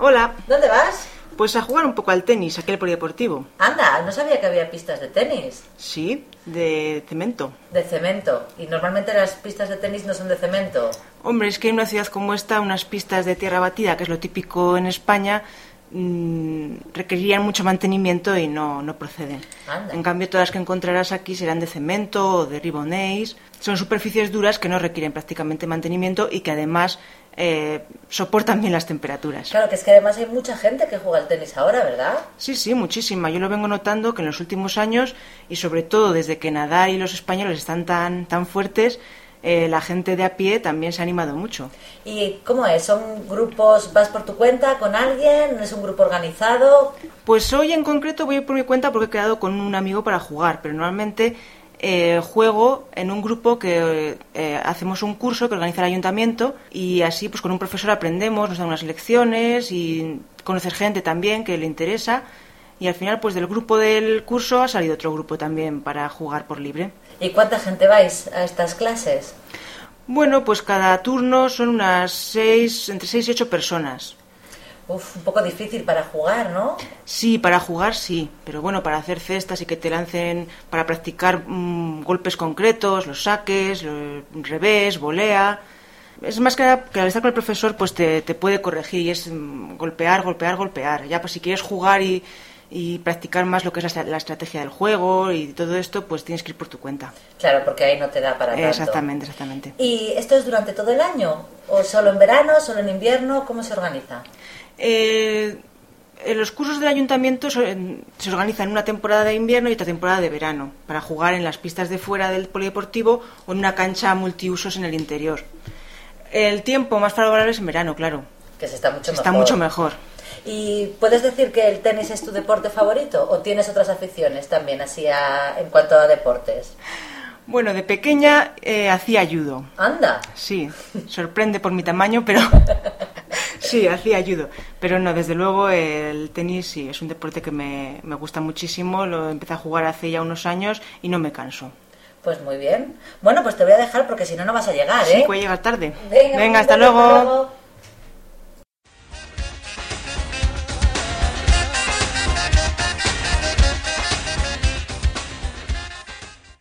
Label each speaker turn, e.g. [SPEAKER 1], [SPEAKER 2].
[SPEAKER 1] Hola,
[SPEAKER 2] ¿Dónde vas?
[SPEAKER 1] pues a jugar un poco al tenis, aquel polideportivo.
[SPEAKER 2] Anda, no sabía que había pistas de tenis,
[SPEAKER 1] Sí, de cemento.
[SPEAKER 2] de cemento. Y normalmente las pistas de tenis no son de cemento.
[SPEAKER 1] Hombre, es que en una ciudad como esta, unas pistas de tierra batida, que es lo típico en España, mm, requerirían mucho mantenimiento y no, no proceden.
[SPEAKER 2] Anda.
[SPEAKER 1] En cambio, todas las que encontrarás aquí serán de cemento o de ribonéis. Son superficies duras que no requieren prácticamente mantenimiento y que además eh, soportan bien las temperaturas.
[SPEAKER 2] Claro, que es que además hay mucha gente que juega al tenis ahora, ¿verdad?
[SPEAKER 1] Sí, sí, muchísima. Yo lo vengo notando que en los últimos años, y sobre todo desde que Nadal y los españoles están tan, tan fuertes, eh, la gente de a pie también se ha animado mucho.
[SPEAKER 2] ¿Y cómo es? ¿Son grupos, vas por tu cuenta con alguien? ¿Es un grupo organizado?
[SPEAKER 1] Pues hoy en concreto voy a ir por mi cuenta porque he quedado con un amigo para jugar, pero normalmente eh, juego en un grupo que eh, hacemos un curso que organiza el ayuntamiento y así pues con un profesor aprendemos, nos dan unas lecciones y conoces gente también que le interesa y al final pues del grupo del curso ha salido otro grupo también para jugar por libre.
[SPEAKER 2] ¿Y cuánta gente vais a estas clases?
[SPEAKER 1] Bueno, pues cada turno son unas seis, entre seis y ocho personas.
[SPEAKER 2] Uf, un poco difícil para jugar, ¿no?
[SPEAKER 1] Sí, para jugar sí, pero bueno, para hacer cestas y que te lancen, para practicar mm, golpes concretos, los saques, los revés, volea. Es más que, nada que al estar con el profesor, pues te, te puede corregir y es mm, golpear, golpear, golpear. Ya, pues si quieres jugar y, y practicar más lo que es la, estra- la estrategia del juego y todo esto, pues tienes que ir por tu cuenta.
[SPEAKER 2] Claro, porque ahí no te da para tanto.
[SPEAKER 1] Exactamente, exactamente.
[SPEAKER 2] ¿Y esto es durante todo el año? ¿O solo en verano, solo en invierno? ¿Cómo se organiza?
[SPEAKER 1] Eh, eh, los cursos del ayuntamiento so- en- se organizan una temporada de invierno y otra temporada de verano para jugar en las pistas de fuera del polideportivo o en una cancha multiusos en el interior. El tiempo más favorable es en verano, claro.
[SPEAKER 2] Que se está mucho
[SPEAKER 1] Se
[SPEAKER 2] mejor.
[SPEAKER 1] está mucho mejor.
[SPEAKER 2] ¿Y puedes decir que el tenis es tu deporte favorito? ¿O tienes otras aficiones también, así a- en cuanto a deportes?
[SPEAKER 1] Bueno, de pequeña eh, hacía judo.
[SPEAKER 2] Anda,
[SPEAKER 1] Sí, sorprende por mi tamaño, pero sí, hacía judo. Pero no, desde luego eh, el tenis sí, es un deporte que me, me gusta muchísimo. Lo empecé a jugar hace ya unos años y no me canso.
[SPEAKER 2] pues muy bien. Bueno, pues te voy a dejar porque si no, no vas a llegar, ¿eh?
[SPEAKER 1] Sí, puede llegar tarde.
[SPEAKER 2] Venga,
[SPEAKER 1] hasta
[SPEAKER 2] hasta
[SPEAKER 1] luego.
[SPEAKER 2] luego.